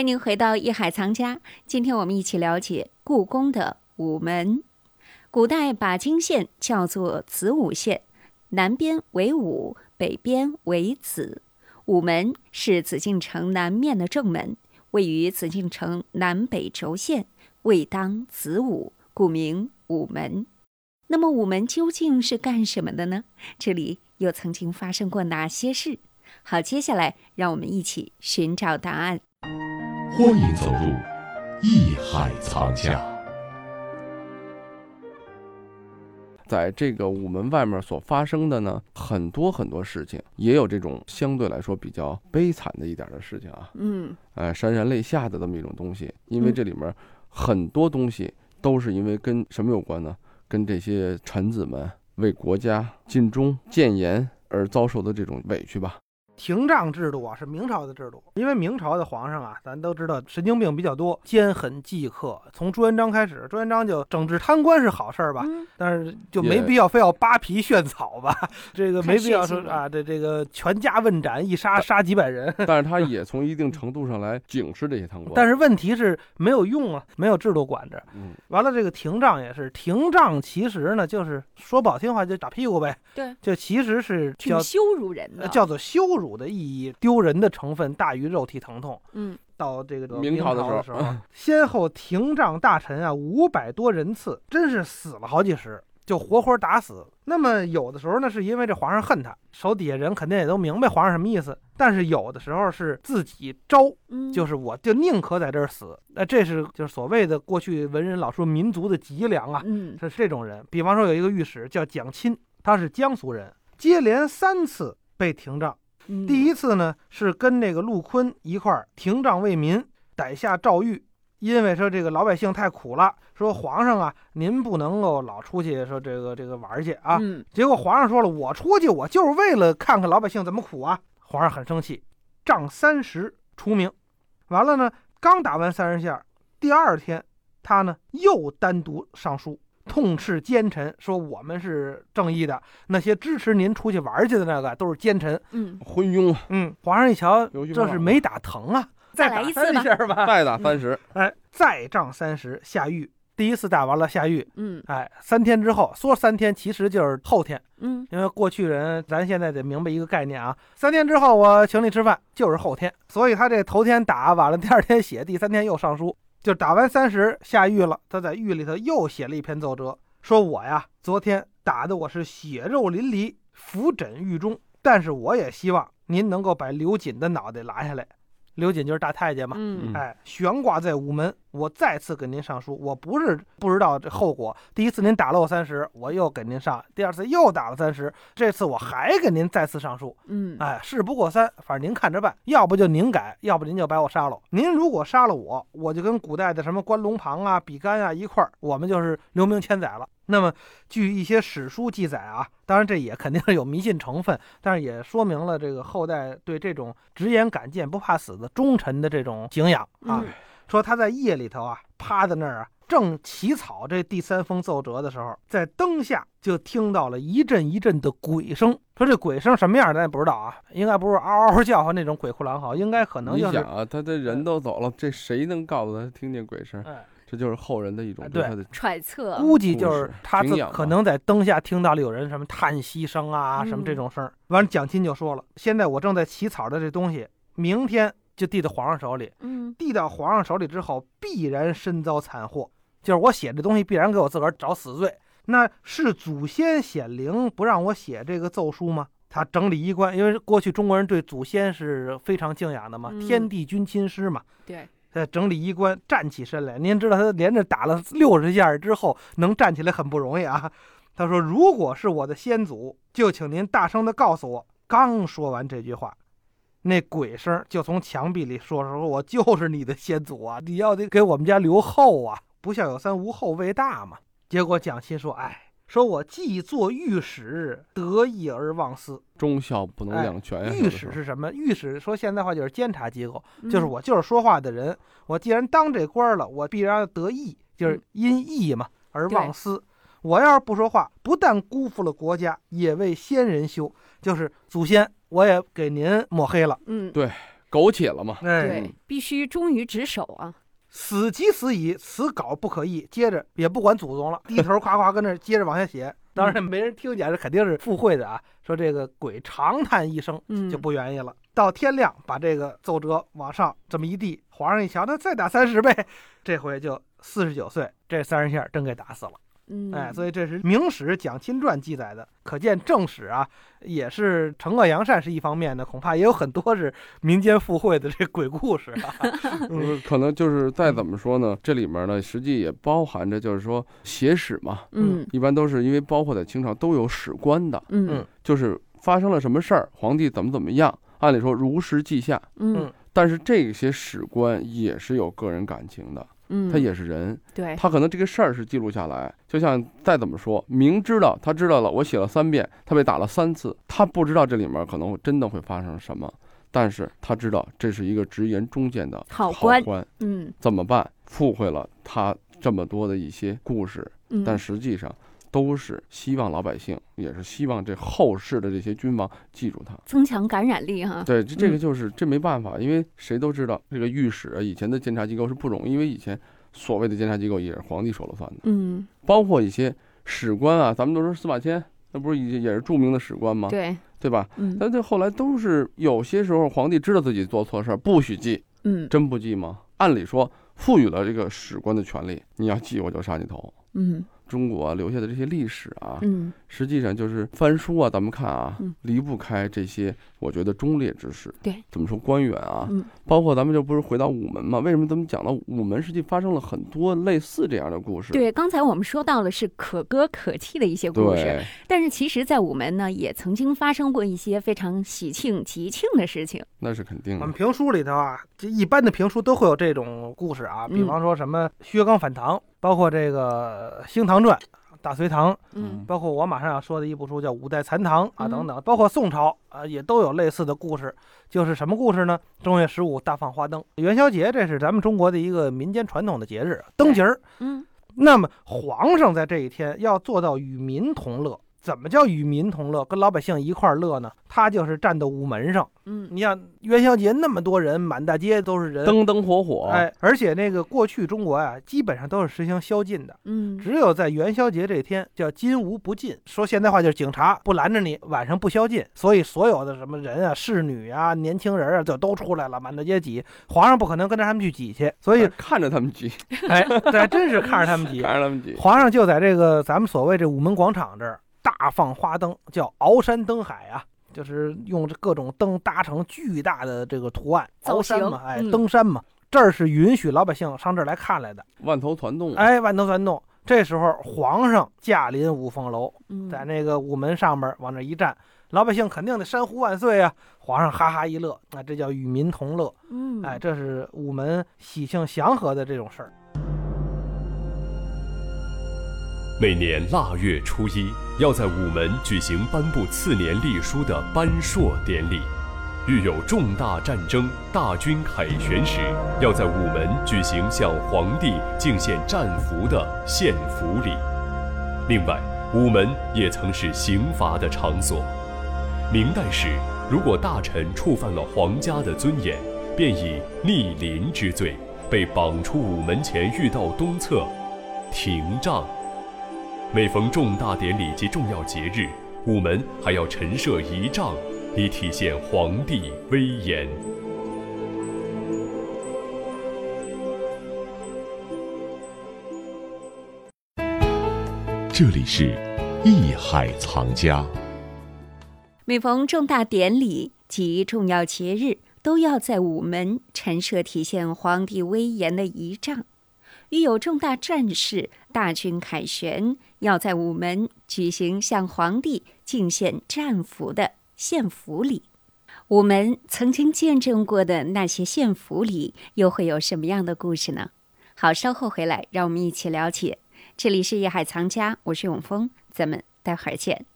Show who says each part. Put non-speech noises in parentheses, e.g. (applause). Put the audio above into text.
Speaker 1: 欢迎回到《艺海藏家》，今天我们一起了解故宫的午门。古代把经线叫做子午线，南边为午，北边为子。午门是紫禁城南面的正门，位于紫禁城南北轴线，位当子午，故名午门。那么午门究竟是干什么的呢？这里又曾经发生过哪些事？好，接下来让我们一起寻找答案。
Speaker 2: 欢迎走入艺海藏家。
Speaker 3: 在这个午门外面所发生的呢，很多很多事情，也有这种相对来说比较悲惨的一点的事情啊，
Speaker 1: 嗯，
Speaker 3: 哎，潸然泪下的这么一种东西。因为
Speaker 1: 嗯
Speaker 3: 这里面很多东西都是因为跟什么有关呢？跟这些臣子们为国家尽忠谏言而遭受的这种委屈
Speaker 4: (laughs)
Speaker 3: 吧。
Speaker 4: 廷杖制度啊，是明朝的制度。因为明朝的皇上啊，咱都知道神经病比较多，奸狠忌刻。从朱元璋开始，朱元璋就整治贪官是好事儿吧，
Speaker 1: 嗯
Speaker 4: 但是就
Speaker 3: 也
Speaker 4: 没必要非要扒皮炫草吧？ (laughs) 这个
Speaker 1: 太
Speaker 4: 没必要
Speaker 1: 血腥
Speaker 4: 说
Speaker 1: 了
Speaker 4: 啊，这这个全家问斩，一杀杀几百人。
Speaker 3: 但是他也从一定程度上来警示这些贪官。
Speaker 4: 但
Speaker 3: 是，
Speaker 4: 是问题是没有用啊，没有制度管着。
Speaker 3: 嗯，
Speaker 4: 完了，这个廷杖也是，廷杖其实呢，就是说不好听话就打屁股呗，
Speaker 1: 对，
Speaker 4: 就其实是
Speaker 1: 挺
Speaker 4: 叫呃
Speaker 1: 羞辱人的。
Speaker 4: 叫做羞辱的意义，丢人的成分大于肉体疼痛。
Speaker 1: 嗯，
Speaker 4: 到这个
Speaker 3: 明朝
Speaker 4: 朝
Speaker 3: 的
Speaker 4: 的
Speaker 3: 时
Speaker 4: 时候，先后廷杖大臣啊五百多人次，真是死了好几十，就活活打死。那么有的时候呢，是因为这皇上恨他，手底下人肯定也都明白皇上什么意思，但是有的时候是自己招，
Speaker 1: 嗯，
Speaker 4: 就是我就宁可在这儿死。那这是就是所谓的过去文人老说民族的脊梁啊，
Speaker 1: 嗯
Speaker 4: 是这种人。比方说有一个御史叫蒋钦，他是江苏人，接连三次被廷杖。
Speaker 1: 嗯，
Speaker 4: 第一次呢是跟这个陆坤一块儿廷杖为民，逮下赵玉，因为说这个老百姓太苦了，说皇上啊，您不能够老出去说这个这个玩儿去啊。
Speaker 1: 嗯
Speaker 4: 结果皇上说了，我出去我就是为了看看老百姓怎么苦啊。皇上很生气，杖三十除名。完了呢，刚打完三十下，第二天他呢又单独上书。痛斥奸臣，说我们是正义的，那些支持您出去玩儿去的那个都是奸臣，
Speaker 1: 嗯，
Speaker 3: 昏庸啊
Speaker 4: 嗯，皇上一瞧，
Speaker 3: 刘旭
Speaker 4: 这
Speaker 3: 光
Speaker 4: 是
Speaker 3: 啊
Speaker 4: 没打疼啊，
Speaker 1: 再
Speaker 4: 打
Speaker 1: 来一
Speaker 4: 三
Speaker 1: 次吧
Speaker 4: 下吧。
Speaker 3: 再打三十，
Speaker 4: 哎，再杖三十下狱。第一次打完了下狱，
Speaker 1: 嗯
Speaker 4: 哎，三天之后说三天，其实就是后天，
Speaker 1: 嗯
Speaker 4: 因为过去人咱现在得明白一个概念啊，三天之后我请你吃饭就是后天，所以他这头天打完了，第二天写，第三天又上书，就打完三十下狱了，他在狱里头又写了一篇奏折，说我呀昨天打的我是血肉淋漓，伏枕狱中，但是我也希望您能够把刘瑾的脑袋拿下来，刘瑾就是大太监嘛，
Speaker 1: 嗯
Speaker 3: 嗯
Speaker 4: 哎，悬挂在午门。我再次给您上书，我不是不知道这后果。第一次您打了我三十，我又给您上；第二次又打了三十，这次我还给您再次上书。
Speaker 1: 嗯
Speaker 4: 哎，事不过三，反正您看着办，要不就您改，要不您就把我杀了。您如果杀了我，我就跟古代的什么关龙旁啊、比干啊一块儿，我们就是留名千载了。那么，据一些史书记载啊，当然这也肯定是有迷信成分，但是也说明了这个后代对这种直言敢谏、不怕死的忠臣的这种敬仰啊。
Speaker 1: 嗯
Speaker 4: 说他在夜里头啊，趴在那儿啊，正起草这第三封奏折的时候，在灯下就听到了一阵一阵的鬼声。说这鬼声什么样，咱也不知道啊，应该不是嗷嗷叫唤那种鬼哭狼嚎，应该可能
Speaker 3: 你
Speaker 4: 就是呃
Speaker 3: 想，啊，他这人都走了，这谁能告诉他听见鬼声？
Speaker 4: 哎，
Speaker 3: 这就是后人的一种
Speaker 4: 哎
Speaker 3: 对
Speaker 4: 对
Speaker 3: 他的
Speaker 1: 揣测，
Speaker 4: 估计就
Speaker 3: 故
Speaker 4: 是
Speaker 3: 事
Speaker 4: 他
Speaker 3: 敬
Speaker 4: 自
Speaker 3: 仰吧
Speaker 4: 可能在灯下听到了有人什么叹息声啊，
Speaker 1: 嗯
Speaker 4: 什么这种声儿。完了，蒋钦就说了，现在我正在起草的这东西，明天就递到皇上手里。
Speaker 1: 嗯
Speaker 4: 递到皇上手里之后，必然身遭惨祸。就是我写这东西，必然给我自个儿找死罪。那是祖先显灵不让我写这个奏书吗？他整理衣冠，因为过去中国人对祖先是非常敬仰的嘛，
Speaker 1: 嗯
Speaker 4: 天地君亲师嘛。
Speaker 1: 对，
Speaker 4: 他整理衣冠，站起身来。您知道他连着打了六十下之后，能站起来很不容易啊。他说：“如果是我的先祖，就请您大声的告诉我。”刚说完这句话，那鬼声就从墙壁里说说：“我就是你的先祖啊，你要得给我们家留后啊，不孝有三，无后为大嘛。”结果蒋欣说：“哎，说我既做御史，得意而忘私。
Speaker 3: 忠孝不能两全呀。
Speaker 4: 哎御
Speaker 3: 哎有的时
Speaker 4: 史
Speaker 3: 候
Speaker 4: 是什么？御史说现代话就是监察机构，
Speaker 1: 嗯
Speaker 4: 就是我就是说话的人，我既然当这官儿了，我必然要得意，就是
Speaker 1: 嗯
Speaker 4: 因义嘛，而
Speaker 1: 对
Speaker 4: 忘私。我要是不说话，不但辜负了国家，也为先人羞，就是祖先，我也给您抹黑了。
Speaker 1: 嗯
Speaker 3: 对苟且了嘛。
Speaker 4: 哎，
Speaker 3: 嗯
Speaker 1: 对，必须忠于职守啊。
Speaker 4: 死即死矣，此稿不可议。接着也不管祖
Speaker 1: (laughs)
Speaker 4: 宗了，低头夸夸跟那儿接着往下写。当然没人听见，这肯定是附会
Speaker 1: (laughs)
Speaker 4: 的啊。说这个鬼长叹一声，
Speaker 1: 嗯，
Speaker 4: 就不愿意了。到天亮，把这个奏折往上这么一递，皇上一瞧，那再打三十呗， (laughs) 这回就四十九岁，这三十下真给打死了。
Speaker 1: 嗯，
Speaker 4: 哎，所以这是《明史·蒋钦传》记载的，可见正史啊，也是惩恶扬善是一方面的，恐怕也有很多是民间附会的这鬼故事啊。嗯
Speaker 3: 可能就是再怎么说呢，这里面呢，实际也包含着就是说写史嘛，
Speaker 1: 嗯
Speaker 3: 一般都是因为包括在清朝都有史官的，
Speaker 1: 嗯
Speaker 3: 就是发生了什么事儿，皇帝怎么怎么样，按理说如实记下。
Speaker 1: 嗯
Speaker 3: 但是这些史官也是有个人感情的，
Speaker 1: 嗯，
Speaker 3: 他也是人，
Speaker 1: 对，
Speaker 3: 他可能这个事儿是记录下来。就像再怎么说，明知道他知道了，我写了三遍，他被打了三次，他不知道这里面可能真的会发生什么，但是他知道这是一个直言忠谏的
Speaker 1: 好
Speaker 3: 官
Speaker 1: 官，嗯
Speaker 3: 怎么办？附会了他这么多的一些故事，
Speaker 1: 嗯，
Speaker 3: 但实际上都是希望老百姓，也是希望这后世的这些君王记住他。
Speaker 1: 增强感染力哈。
Speaker 3: 对，这这个
Speaker 1: 啊嗯
Speaker 3: 就是这没办法，因为谁都知道这个御史啊以前的监察机构是不容易，因为以前所谓的监察机构也是皇帝说了算的，
Speaker 1: 嗯，
Speaker 3: 包括一些史官啊，咱们都说司马迁，那不是也也是著名的史官吗？
Speaker 1: 对，
Speaker 3: 对吧？
Speaker 1: 嗯
Speaker 3: 但这后来都是有些时候皇帝知道自己做错事儿，不许记，
Speaker 1: 嗯
Speaker 3: 真不记吗？按理说赋予了这个史官的权利，你要记我就杀你头。
Speaker 1: 嗯
Speaker 3: 中国、啊、留下的这些历史啊，
Speaker 1: 嗯
Speaker 3: 实际上就是翻书啊，咱们看啊，
Speaker 1: 嗯
Speaker 3: 离不开这些，我觉得忠烈之士。
Speaker 1: 对，
Speaker 3: 怎么说官员啊，
Speaker 1: 嗯
Speaker 3: 包括咱们就不是回到午门嘛？为什么咱们讲到午门，实际发生了很多类似这样的故事？
Speaker 1: 对，刚才我们说到了是可歌可泣的一些故事，
Speaker 3: 对，
Speaker 1: 但是其实，在午门呢，也曾经发生过一些非常喜庆、吉庆的事情。
Speaker 3: 那是肯定
Speaker 1: 嗯
Speaker 4: 我
Speaker 3: 的
Speaker 4: 们。评书里头啊，这一般的评书都会有这种故事啊，比
Speaker 1: 嗯
Speaker 4: 方说什么薛刚反唐，包括这个《兴唐传》。大隋唐，
Speaker 1: 嗯
Speaker 4: 包括我马上要说的一部书叫《五代残唐》啊，
Speaker 1: 嗯
Speaker 4: 等等，包括宋朝啊，也都有类似的故事。就是什么故事呢？正月十五大放花灯，元宵节，这是咱们中国的一个民间传统的节日，灯节儿。
Speaker 1: 嗯
Speaker 4: 那么皇上在这一天要做到与民同乐，怎么叫与民同乐？跟老百姓一块儿乐呢？他就是站到午门上。
Speaker 1: 嗯
Speaker 4: 你想元宵节那么多人，满大街都是人，
Speaker 3: 灯灯火火，
Speaker 4: 哎，而且那个过去中国啊，基本上都是实行宵禁的，
Speaker 1: 嗯
Speaker 4: 只有在元宵节这天叫金无不禁，说现代话就是警察不拦着你，晚上不宵禁，所以所有的什么人啊、侍女啊、年轻人啊，就都出来了，满大街挤，皇上不可能跟着他们去挤去，所以
Speaker 3: (laughs) 看着他们挤，
Speaker 4: 哎，这还真是看着他们挤，
Speaker 3: 看着他们挤，
Speaker 4: 皇上就在这个咱们所谓这午门广场这儿大放花灯，叫鳌山灯海啊，就是用这各种灯搭成巨大的这个图案，
Speaker 1: 造
Speaker 4: 鳌山
Speaker 1: 型
Speaker 4: 嘛，哎，
Speaker 1: 嗯
Speaker 4: 登山嘛，这儿是允许老百姓上这儿来看来的，
Speaker 3: 万头攒
Speaker 1: 嗯
Speaker 3: 动。，啊
Speaker 4: 哎，万灯攒动。这时候皇上驾临五凤楼，
Speaker 1: 嗯，
Speaker 4: 在那个午门上面往那一站，老百姓肯定得山呼万岁啊！皇上哈哈一乐，那这叫与民同乐。
Speaker 1: 嗯
Speaker 4: 哎，这是午门喜庆祥和的这种事儿。
Speaker 2: 每年腊月初一，要在午门举行颁布次年历书的颁硕典礼；遇有重大战争、大军凯旋时，要在午门举行向皇帝敬献战俘的献俘礼。另外，午门也曾是刑罚的场所。明代时，如果大臣触犯了皇家的尊严，便以逆鳞之罪，被绑出午门前御道东侧，廷杖。每逢重大典礼及重要节日，午门还要陈设仪仗，以体现皇帝威严。这里是《艺海藏家》。
Speaker 1: 每逢重大典礼及重要节日，都要在午门陈设体现皇帝威严的仪仗；遇有重大战事、大军凯旋，要在午门举行向皇帝敬献战俘的献俘礼。午门曾经见证过的那些献俘礼，又会有什么样的故事呢？好，稍后回来，让我们一起了解。这里是夜海藏家，我是永峰，咱们待会儿见。